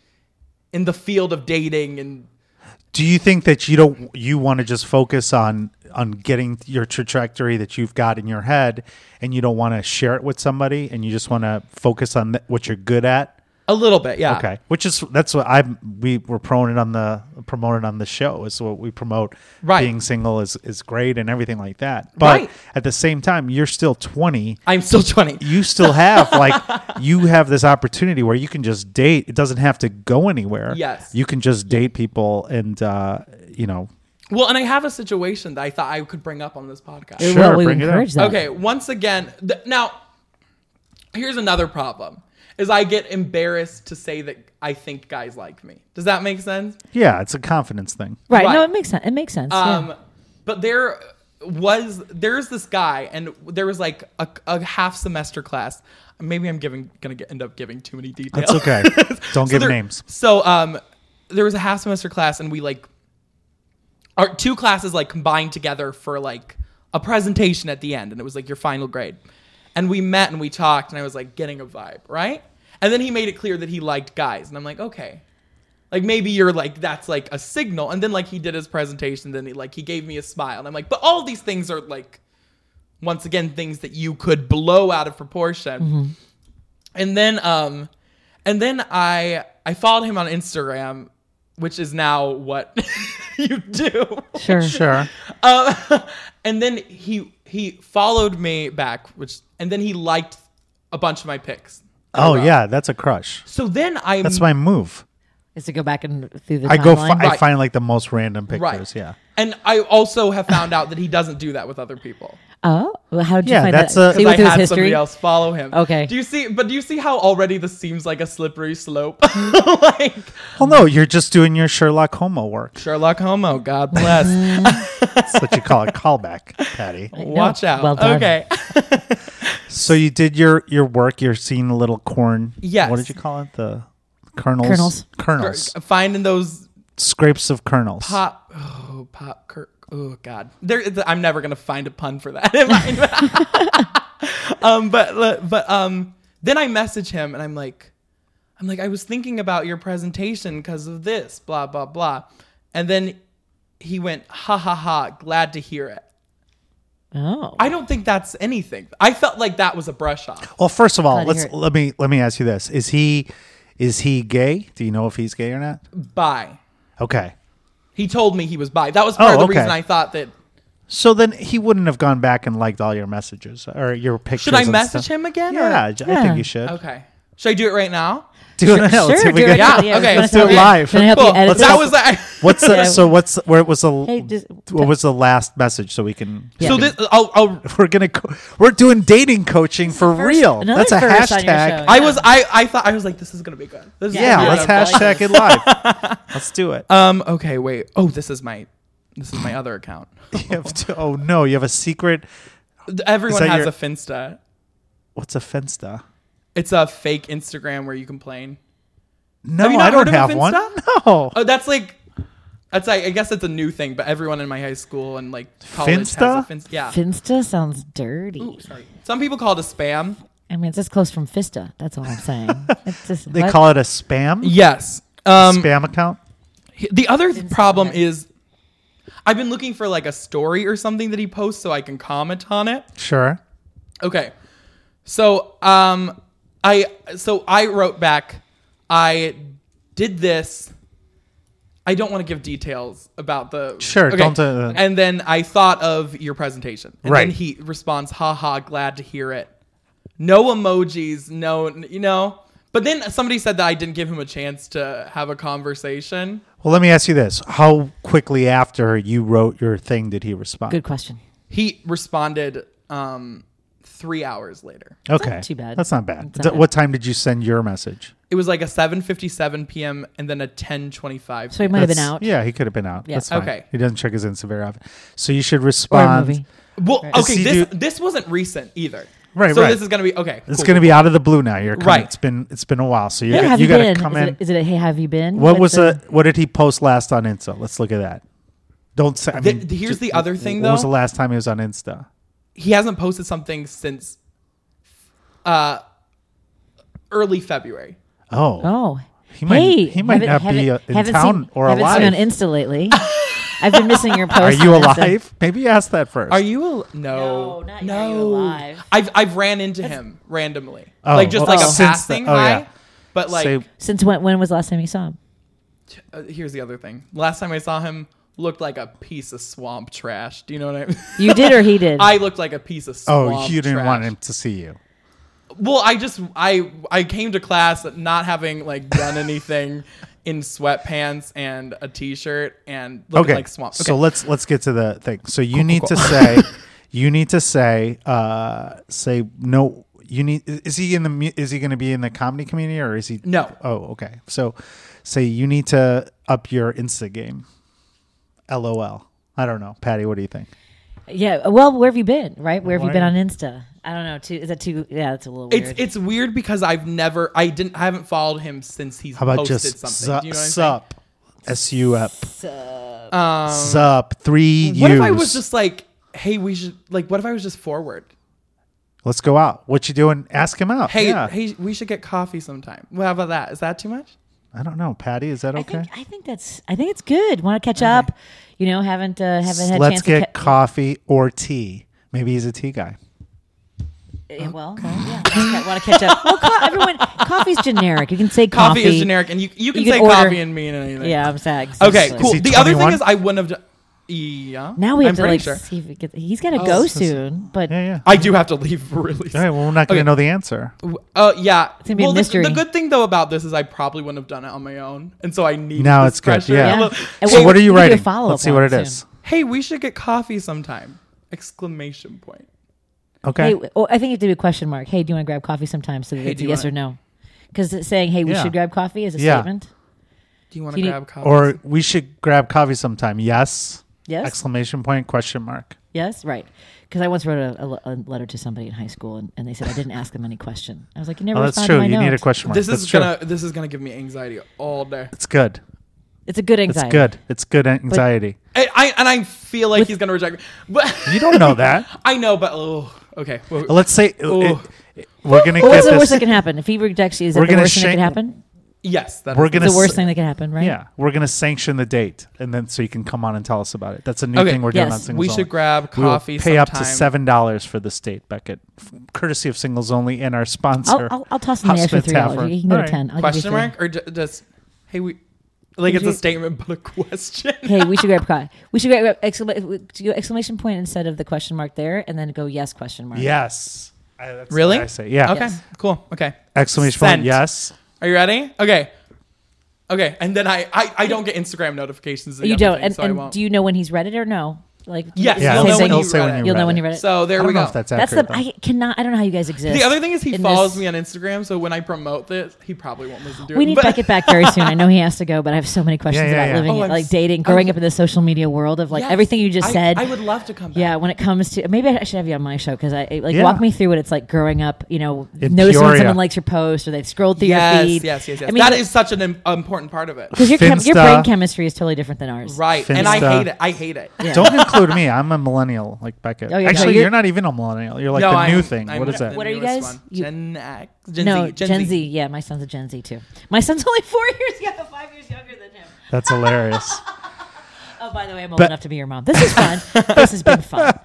Speaker 3: in the field of dating and
Speaker 1: do you think that you don't you want to just focus on on getting your trajectory that you've got in your head, and you don't want to share it with somebody, and you just want to focus on th- what you're good at?
Speaker 3: a little bit yeah
Speaker 1: Okay, which is that's what I we were promoted on the promoted on the show is what we promote.
Speaker 3: Right.
Speaker 1: being single is is great and everything like that. But
Speaker 3: Right.
Speaker 1: at the same time, you're still 20.
Speaker 3: I'm still 20
Speaker 1: You still have like you have this opportunity where you can just date. It doesn't have to go anywhere.
Speaker 3: Yes.
Speaker 1: you can just date people and uh, you know.
Speaker 3: well and I have a situation that I thought I could bring up on this podcast
Speaker 1: Sure,
Speaker 2: well, we
Speaker 1: bring it up.
Speaker 2: encourage that.
Speaker 3: okay once again th- now here's another problem is I get embarrassed to say that I think guys like me does that make sense
Speaker 1: Yeah, it's a confidence thing.
Speaker 2: Right.
Speaker 3: Right.
Speaker 2: No, it makes sense. It makes sense. yeah.
Speaker 3: Um, but there was there's this guy, and there was like a, a half semester class. Maybe I'm giving gonna get, end up giving too many details.
Speaker 1: That's okay. Don't
Speaker 3: So
Speaker 1: give
Speaker 3: there-
Speaker 1: names.
Speaker 3: So um, there was a half semester class, and we like our two classes like combined together for like a presentation at the end, and it was like your final grade. And we met and we talked, and I was like getting a vibe, right? And then he made it clear that he liked guys, and I'm like, okay, like maybe you're like that's like a signal. And then like he did his presentation, then he like he gave me a smile, and I'm like, but all these things are like once again things that you could blow out of proportion and then um and then i i followed him on instagram which is now what you do
Speaker 2: Sure.
Speaker 1: Sure.
Speaker 3: um, and then he he followed me back which and then he liked a bunch of my pics
Speaker 1: Oh yeah, that's a crush.
Speaker 3: so then i
Speaker 1: That's my move.
Speaker 2: Is to go back and through the
Speaker 1: I go. Fi-
Speaker 2: timeline?
Speaker 1: I
Speaker 3: Right.
Speaker 1: find like the most random pictures.
Speaker 3: right
Speaker 1: Yeah.
Speaker 3: and i also have found out that he doesn't do that with other people
Speaker 2: oh, well, how did you
Speaker 1: Yeah,
Speaker 2: find
Speaker 1: that's
Speaker 2: that?
Speaker 1: a-
Speaker 2: See
Speaker 3: I
Speaker 2: with his
Speaker 3: had somebody
Speaker 2: history.
Speaker 3: else follow him.
Speaker 2: Okay.
Speaker 3: Do you see? But do you see how already this seems like a slippery slope? like
Speaker 1: Well, no, you're just doing your Sherlock Homo work.
Speaker 3: Sherlock Homo, God bless.
Speaker 1: That's what you call a callback, Patty.
Speaker 3: Watch out.
Speaker 2: Well done.
Speaker 3: Okay.
Speaker 1: So you did your your work. You're seeing a little corn.
Speaker 3: Yes.
Speaker 1: What did you call it? The kernels.
Speaker 2: Kernels.
Speaker 1: Kernels.
Speaker 3: finding those
Speaker 1: Scrapes of kernels.
Speaker 3: pop oh pop Kirk. oh god there i'm never gonna find a pun for that Am I? um but but um then i message him and i'm like i'm like i was thinking about your presentation because of this blah blah blah and then he went ha ha ha glad to hear it
Speaker 2: Oh.
Speaker 3: i don't think that's anything i felt like that was a brush off
Speaker 1: Well, first of all,
Speaker 2: Glad to
Speaker 1: let's
Speaker 2: hear it.
Speaker 1: let me let me ask you this: Is he is he gay? Do you know if he's gay or not?
Speaker 3: bye
Speaker 1: Okay.
Speaker 3: he told me he was bi that was part
Speaker 1: Oh,
Speaker 3: of the
Speaker 1: okay.
Speaker 3: reason i thought that
Speaker 1: So then he wouldn't have gone back and liked all your messages or your pictures.
Speaker 3: should i
Speaker 1: and
Speaker 3: message
Speaker 1: stuff.
Speaker 3: him again or-
Speaker 1: Yeah, j- I
Speaker 2: Yeah.
Speaker 1: think you should.
Speaker 3: okay should i do it right now
Speaker 1: Do it now. Let's see
Speaker 2: sure.
Speaker 1: if we
Speaker 2: do
Speaker 1: get-
Speaker 2: it now.
Speaker 3: Yeah, okay,
Speaker 2: wanna
Speaker 1: let's do it
Speaker 2: help me-
Speaker 1: live.
Speaker 2: wanna help you
Speaker 3: Cool.
Speaker 2: edit
Speaker 1: Let's
Speaker 2: this?
Speaker 3: that
Speaker 1: go.
Speaker 3: was the
Speaker 1: What's the,
Speaker 2: Yeah.
Speaker 1: so? What's where was the
Speaker 2: Hey, just-
Speaker 1: what was the last message so we can
Speaker 2: Yeah.
Speaker 3: So this, I'll, I'll,
Speaker 1: we're gonna co- we're doing dating coaching for
Speaker 2: first-
Speaker 1: real.
Speaker 2: another
Speaker 1: That's a
Speaker 2: first on your
Speaker 1: hashtag.
Speaker 2: show.
Speaker 3: I was, I, I thought I was like, this is gonna be good. This is
Speaker 1: Yeah,
Speaker 3: gonna be
Speaker 1: let's
Speaker 3: good.
Speaker 2: hash-
Speaker 1: hashtag it live. Let's do it.
Speaker 3: Um, okay, wait. Oh, this is my, this is my other account.
Speaker 1: You have to- oh no, you have a secret.
Speaker 3: Everyone
Speaker 1: that
Speaker 3: has
Speaker 1: your-
Speaker 3: a Finsta.
Speaker 1: What's a Finsta?
Speaker 3: It's a fake Instagram where you complain.
Speaker 1: No,
Speaker 3: Have you not
Speaker 1: I don't
Speaker 3: heard of a
Speaker 1: have one.
Speaker 3: Finsta?
Speaker 1: No,
Speaker 3: Oh, that's like, that's like, I guess it's a new thing. But everyone in my high school and like college
Speaker 1: Finsta?
Speaker 3: has a Finsta. Yeah.
Speaker 2: Finsta sounds dirty.
Speaker 3: Ooh, sorry. Some people call it a spam.
Speaker 2: I mean, it's just close from Fista. That's all I'm saying. it's just,
Speaker 1: they
Speaker 2: what?
Speaker 1: call it a spam
Speaker 3: Yes. Um,
Speaker 1: spam account.
Speaker 3: The other th- problem
Speaker 2: that.
Speaker 3: is I've been looking for like a story or something that he posts so I can comment on it.
Speaker 1: Sure.
Speaker 3: Okay. So, um I so I wrote back I did this I don't want to give details about the
Speaker 1: Sure, don't, uh,
Speaker 3: and then I thought of your presentation. And
Speaker 1: Right.
Speaker 3: then he responds, haha, glad to hear it. No emojis, no you know. But then somebody said that I didn't give him a chance to have a conversation.
Speaker 1: Well, let me ask you this: How quickly after you wrote your thing did he respond?
Speaker 2: Good question.
Speaker 3: he responded um three hours later.
Speaker 1: Okay.
Speaker 2: too bad.
Speaker 1: That's not bad.
Speaker 2: It's not
Speaker 1: Th-
Speaker 2: bad.
Speaker 1: What time did you send your message?
Speaker 3: It was like a 7:57 p.m. and then a 10:25.
Speaker 2: So he
Speaker 3: p.m.
Speaker 2: might have been
Speaker 1: That's-
Speaker 2: out.
Speaker 1: Yeah, he could have been out.
Speaker 2: Yeah.
Speaker 1: That's fine.
Speaker 3: Okay.
Speaker 1: He doesn't check his Insta very often. So you should
Speaker 2: Or a
Speaker 1: respond.
Speaker 2: movie.
Speaker 3: Well,
Speaker 1: Does he
Speaker 3: okay, this
Speaker 1: do-
Speaker 3: this wasn't recent either.
Speaker 1: Right,
Speaker 3: So
Speaker 1: right.
Speaker 3: this is gonna be okay.
Speaker 1: It's going to be out of the blue now. You're coming.
Speaker 3: Right.
Speaker 1: It's been it's been a while. So
Speaker 2: Where
Speaker 1: you're,
Speaker 2: have
Speaker 1: you
Speaker 2: you
Speaker 1: got
Speaker 2: been?
Speaker 1: to come
Speaker 2: is,
Speaker 1: in.
Speaker 2: It, is it a hey, have you been?
Speaker 1: what
Speaker 2: Like
Speaker 1: was
Speaker 2: the-
Speaker 1: the, what did he post last on Insta? Let's look at that. Don't say. I
Speaker 3: The-
Speaker 1: mean,
Speaker 3: the- here's
Speaker 1: ju-
Speaker 3: the other thing,
Speaker 1: What was
Speaker 3: though.
Speaker 1: the last time he was on Insta?
Speaker 3: He hasn't posted something since uh early February.
Speaker 1: Oh,
Speaker 2: Oh.
Speaker 1: He might-
Speaker 2: hey,
Speaker 1: he might
Speaker 2: haven't-
Speaker 1: not be,
Speaker 2: haven't-
Speaker 1: uh, in
Speaker 2: haven't
Speaker 1: town
Speaker 2: seen,
Speaker 1: or
Speaker 2: haven't
Speaker 1: alive.
Speaker 2: seen on Insta lately. I've been missing your posts.
Speaker 1: are you
Speaker 2: on Insta.
Speaker 1: alive? Maybe ask that first.
Speaker 3: Are you al-
Speaker 2: No,
Speaker 3: no?
Speaker 2: not yet. Are you alive?
Speaker 3: I've I've ran into him randomly,
Speaker 1: Oh,
Speaker 3: like just
Speaker 1: well,
Speaker 3: like a
Speaker 1: since the-
Speaker 3: passing
Speaker 1: oh,
Speaker 3: hi.
Speaker 1: yeah.
Speaker 3: But like,
Speaker 1: Say-
Speaker 2: Since when? When was the last time you saw him?
Speaker 3: uh, here's the other thing. Last time I saw him, looked like a piece of swamp trash. Do you know what I mean?
Speaker 2: You did or he did?
Speaker 3: I looked like a piece of swamp.
Speaker 1: Oh, you didn't
Speaker 3: trash.
Speaker 1: want him to see you.
Speaker 3: Well, I just I I came to class not having like done anything in sweatpants and a t-shirt and looking
Speaker 1: Okay.
Speaker 3: like swamp. Okay.
Speaker 1: So let's let's get to the thing. So you need to say, you need to say, uh, say no. You need is he in the mu- is he going to be in the comedy community or is he
Speaker 3: No.
Speaker 1: Oh, okay. So say you need to up your Insta game. LOL. I don't know, Patty. What do you think?
Speaker 2: yeah. Well, where have you been? Right? Where have
Speaker 1: Why-
Speaker 2: you been on Insta? I don't know. Too is that too? Yeah, that's a little weird.
Speaker 3: it's it's weird because I've never I didn't I haven't followed him since he's
Speaker 1: How about
Speaker 3: posted
Speaker 1: just
Speaker 3: something. Do you know what I'm saying?
Speaker 1: sup, s u up,
Speaker 3: Um,
Speaker 1: sup? Three
Speaker 3: What if I
Speaker 1: U's.
Speaker 3: was just like, hey, we should like. What if I was just forward?
Speaker 1: Let's go out. What you doing? Ask him out.
Speaker 3: Hey,
Speaker 1: yeah.
Speaker 3: hey, we should get coffee sometime. Well, how about that? Is that too much?
Speaker 1: I don't know, Patty. Is that
Speaker 2: I
Speaker 1: okay?
Speaker 2: think I think that's I think it's good. Want to catch up? You know, haven't uh, haven't had
Speaker 1: Let's
Speaker 2: chance to
Speaker 1: get coffee or tea. Maybe he's a tea guy.
Speaker 2: Yeah, Eh, well, yeah. Want to catch up? Well, co- everyone, coffee's generic. You can say coffee.
Speaker 3: Coffee, is generic, and you you can
Speaker 2: You
Speaker 3: say
Speaker 2: can order-
Speaker 3: coffee and mean anything.
Speaker 2: Yeah, I'm sad.
Speaker 3: Okay,
Speaker 2: Exactly.
Speaker 3: cool.
Speaker 1: he
Speaker 3: The other thing
Speaker 1: 21?
Speaker 3: is, I wouldn't have. done yeah.
Speaker 2: Now we have
Speaker 3: I'm
Speaker 2: to
Speaker 3: pretty
Speaker 2: like
Speaker 3: sure.
Speaker 2: see if it gets, he's
Speaker 1: Oh,
Speaker 2: got to go soon, but
Speaker 1: Yeah, yeah.
Speaker 3: I do have to leave really.
Speaker 1: All right, well, we're not going to
Speaker 3: Uh, Okay.
Speaker 1: know the answer.
Speaker 3: W- Uh, yeah.
Speaker 2: gonna be a
Speaker 3: well, the-
Speaker 2: mystery.
Speaker 3: The, good thing though about this is I probably wouldn't have done it on my own, and so I need.
Speaker 1: Now
Speaker 3: this
Speaker 1: it's good,
Speaker 3: pressure.
Speaker 1: yeah.
Speaker 2: Yeah.
Speaker 3: Look,
Speaker 2: And
Speaker 1: So,
Speaker 2: we-
Speaker 1: what are you
Speaker 2: we need a
Speaker 1: writing?
Speaker 2: follow-up
Speaker 1: Let's see what it
Speaker 2: on it
Speaker 1: is.
Speaker 2: soon.
Speaker 3: Hey, we should get coffee sometime! Exclamation point.
Speaker 1: Okay.
Speaker 2: hey, oh, I think you have to do a question mark. Hey, do you want to grab coffee sometime? So that
Speaker 3: Hey,
Speaker 2: it's
Speaker 3: do
Speaker 2: a
Speaker 3: you
Speaker 2: yes
Speaker 3: wanna-
Speaker 2: or no. Because saying hey, we
Speaker 1: Yeah.
Speaker 2: should grab coffee is a
Speaker 1: Yeah.
Speaker 2: statement.
Speaker 3: Do you want
Speaker 2: Do
Speaker 3: to
Speaker 2: you need-
Speaker 3: grab coffee?
Speaker 1: Or we should grab coffee sometime. Yes.
Speaker 2: Yes.
Speaker 1: Exclamation point, question mark.
Speaker 2: Yes, right. Because I once wrote a, a le- a letter to somebody in high school, and, and they said I didn't ask them any question. I was like, you never.
Speaker 1: Oh, that's
Speaker 2: responded
Speaker 1: true.
Speaker 2: to
Speaker 1: You
Speaker 2: my
Speaker 1: need a
Speaker 2: note."
Speaker 1: question mark.
Speaker 3: this
Speaker 1: that's
Speaker 3: is
Speaker 1: true.
Speaker 3: gonna this is gonna give me anxiety all day.
Speaker 1: It's good.
Speaker 2: It's a good
Speaker 1: It's
Speaker 2: anxiety.
Speaker 1: good. It's good anxiety.
Speaker 3: I, I and I feel like he's gonna reject me. But
Speaker 1: you don't know that.
Speaker 3: I know, but oh, okay. Well,
Speaker 1: Let's say
Speaker 3: Oh.
Speaker 1: it- we're going to get
Speaker 2: Well, what's the worst
Speaker 1: this.
Speaker 2: that can happen? If he rejects you, is
Speaker 1: We're
Speaker 2: that the
Speaker 1: gonna
Speaker 2: worst thing that
Speaker 1: shame-
Speaker 2: could happen?
Speaker 3: yes, that
Speaker 1: We're
Speaker 3: is-
Speaker 1: going
Speaker 2: It's the worst thing that could happen, right?
Speaker 1: Yeah, we're gonna sanction the date, and then so you can come on and tell us about it. That's a new
Speaker 3: Okay,
Speaker 1: thing we're doing
Speaker 2: yes.
Speaker 1: on singles.
Speaker 3: We
Speaker 1: Only.
Speaker 3: should grab
Speaker 1: We will
Speaker 3: coffee.
Speaker 1: pay up to
Speaker 3: sometime.
Speaker 1: seven dollars for this date, Beckett, f- courtesy of Singles Only and our
Speaker 2: I'll,
Speaker 1: sponsor.
Speaker 2: I'll, I'll toss him the extra
Speaker 1: Hospice
Speaker 2: three dollars.
Speaker 1: Tavern.
Speaker 2: You can go
Speaker 1: All
Speaker 2: to
Speaker 1: right.
Speaker 2: ten. I'll give you
Speaker 3: question
Speaker 2: three.
Speaker 3: mark or ju- just hey we like it's
Speaker 2: you-
Speaker 3: a statement but a question.
Speaker 2: Hey, we should grab coffee. We should grab exclamation, exclamation point instead of the question mark there, and then go yes question mark.
Speaker 1: Yes. I, that's
Speaker 3: Really?
Speaker 1: what I say yeah.
Speaker 3: Okay.
Speaker 2: Yes.
Speaker 3: Cool. Okay.
Speaker 1: Exclamation
Speaker 3: Sent.
Speaker 1: point. Yes.
Speaker 3: Are you ready? Okay. Okay. And then I I, I don't get Instagram notifications.
Speaker 2: you don't.
Speaker 3: Thing,
Speaker 2: and
Speaker 3: so I
Speaker 2: and
Speaker 3: won't.
Speaker 2: do you know when he's read it or no? Like
Speaker 3: Yes,
Speaker 2: is it
Speaker 3: Yeah,
Speaker 2: the
Speaker 1: He'll,
Speaker 3: you'll
Speaker 2: same
Speaker 3: know
Speaker 1: say, he'll say
Speaker 2: thing?
Speaker 3: when you read
Speaker 1: when
Speaker 3: it.
Speaker 1: you
Speaker 2: You'll
Speaker 1: read
Speaker 2: know when
Speaker 1: it.
Speaker 2: you read it.
Speaker 3: so
Speaker 1: I
Speaker 3: there
Speaker 1: don't
Speaker 3: we
Speaker 1: know
Speaker 3: go.
Speaker 1: if that's
Speaker 2: That's
Speaker 1: accurate.
Speaker 2: the I cannot. I don't know how you guys exist.
Speaker 3: the other thing is he
Speaker 2: in
Speaker 3: follows
Speaker 2: this-
Speaker 3: me on Instagram, so when I promote this, he probably won't listen to it.
Speaker 2: We need
Speaker 3: but-
Speaker 2: Beckett back very soon. I know he has to go, but I have so many
Speaker 1: yeah,
Speaker 2: questions about
Speaker 1: yeah.
Speaker 2: living,
Speaker 3: Oh,
Speaker 2: it,
Speaker 3: I'm
Speaker 2: like
Speaker 3: s-
Speaker 2: dating,
Speaker 3: I'm-
Speaker 2: growing up in the social media world of like
Speaker 3: Yes.
Speaker 2: everything you just
Speaker 3: I-
Speaker 2: said.
Speaker 3: I would love to come back.
Speaker 2: Yeah, when it comes to maybe I should have you on my show because I it- like
Speaker 1: Yeah.
Speaker 2: walk me through what it's like growing up. You know,
Speaker 1: In
Speaker 2: noticing when
Speaker 1: Peoria.
Speaker 2: someone likes your post or they've scrolled through your
Speaker 3: Yes,
Speaker 2: feed.
Speaker 3: yes, yes, yes.
Speaker 2: I mean,
Speaker 3: that is such an im- important part of it.
Speaker 2: because your chem- your
Speaker 1: Finsta.
Speaker 2: brain chemistry is totally different than ours.
Speaker 3: Right. And I
Speaker 1: Finsta.
Speaker 3: hate it. I hate it.
Speaker 2: Yeah.
Speaker 1: Don't include me. I'm a millennial, like Beckett.
Speaker 2: Oh, you're not.
Speaker 1: Actually,
Speaker 2: You're-
Speaker 1: you're, not even a millennial. You're like
Speaker 3: no,
Speaker 1: the
Speaker 3: I'm,
Speaker 1: new thing.
Speaker 3: I'm
Speaker 1: What is
Speaker 3: the
Speaker 1: that?
Speaker 2: What are you
Speaker 3: newest
Speaker 2: guys?
Speaker 3: one.
Speaker 2: You-
Speaker 3: Gen X. Gen
Speaker 2: no,
Speaker 3: Z. Gen, Z.
Speaker 2: Yeah, my son's a Gen Z too. My son's only four years young, five years younger than him.
Speaker 1: That's hilarious.
Speaker 2: Oh, by the way, I'm old
Speaker 1: But-
Speaker 2: enough to be your mom. This is fun. this has been fun.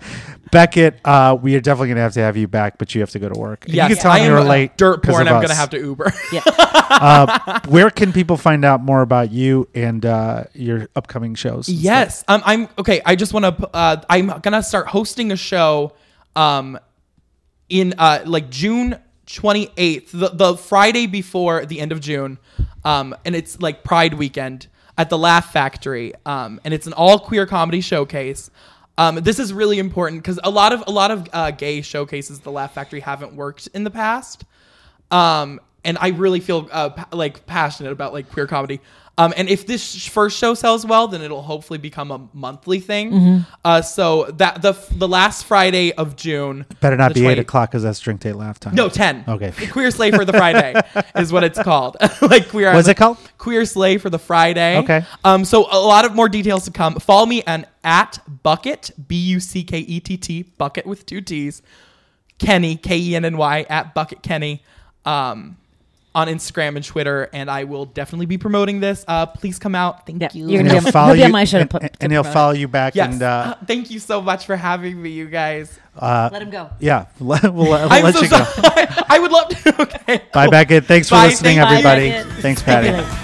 Speaker 1: Beckett, uh, we are definitely gonna have to have you back, but you have to go to work. And
Speaker 3: Yes,
Speaker 1: you can tell
Speaker 3: I
Speaker 1: me
Speaker 3: am
Speaker 1: you're
Speaker 3: a
Speaker 1: late.
Speaker 3: Dirt
Speaker 1: 'cause
Speaker 3: poor, and
Speaker 1: of
Speaker 3: I'm gonna
Speaker 1: us.
Speaker 3: have to Uber.
Speaker 2: Yeah,
Speaker 1: Where can people find out more about you and uh, your upcoming shows? and stuff?
Speaker 3: Yes, um, I'm okay. I just want to. Uh, I'm gonna start hosting a show, um, in uh, like June 28th, the the Friday before the end of June, um, and it's like Pride weekend at the Laugh Factory, um, and it's an all queer comedy showcase. Um, this is really important because a lot of a lot of uh, gay showcases the Laugh Factory haven't worked in the past, um, and I really feel uh, pa- like passionate about like queer comedy. Um, and if this sh- first show sells well, then it'll hopefully become a monthly thing.
Speaker 1: Mm-hmm.
Speaker 3: Uh, so that the f- the last Friday of June
Speaker 1: Better not
Speaker 3: the
Speaker 1: be eight
Speaker 3: 20
Speaker 1: o'clock because that's drink date laugh time.
Speaker 3: No, ten.
Speaker 1: Okay.
Speaker 3: Queer Slay for the Friday is what it's called. like queer.
Speaker 1: What's it called?
Speaker 3: Queer Slay for the Friday.
Speaker 1: Okay.
Speaker 3: Um. So a lot of more details to come. Follow me on at bucket b u c k e t t bucket with two t's. Kenny K E N N Y at bucket Kenny. Um. On Instagram and Twitter, and I will definitely be promoting this. Uh, please come out. Thank
Speaker 2: Yeah,
Speaker 3: you.
Speaker 2: you're
Speaker 1: And
Speaker 2: gonna
Speaker 1: he'll
Speaker 2: be on-
Speaker 1: follow
Speaker 2: he'll be
Speaker 1: you.
Speaker 2: on my show to
Speaker 1: and,
Speaker 2: put- to
Speaker 1: and he'll
Speaker 2: promote.
Speaker 1: follow you back.
Speaker 3: yes.
Speaker 1: And uh,
Speaker 3: Thank you so much for having me, you guys.
Speaker 2: Let him go.
Speaker 1: yeah, we'll, let- we'll
Speaker 3: I'm
Speaker 1: let
Speaker 3: so
Speaker 1: you
Speaker 3: sorry.
Speaker 1: go.
Speaker 3: I would love to. Okay.
Speaker 1: Bye, Beckett. Thanks for
Speaker 3: Bye.
Speaker 1: listening,
Speaker 3: Thank you.
Speaker 1: everybody.
Speaker 2: Bye, Beckett.
Speaker 1: Thanks,
Speaker 2: Thank
Speaker 1: Patty.
Speaker 2: you.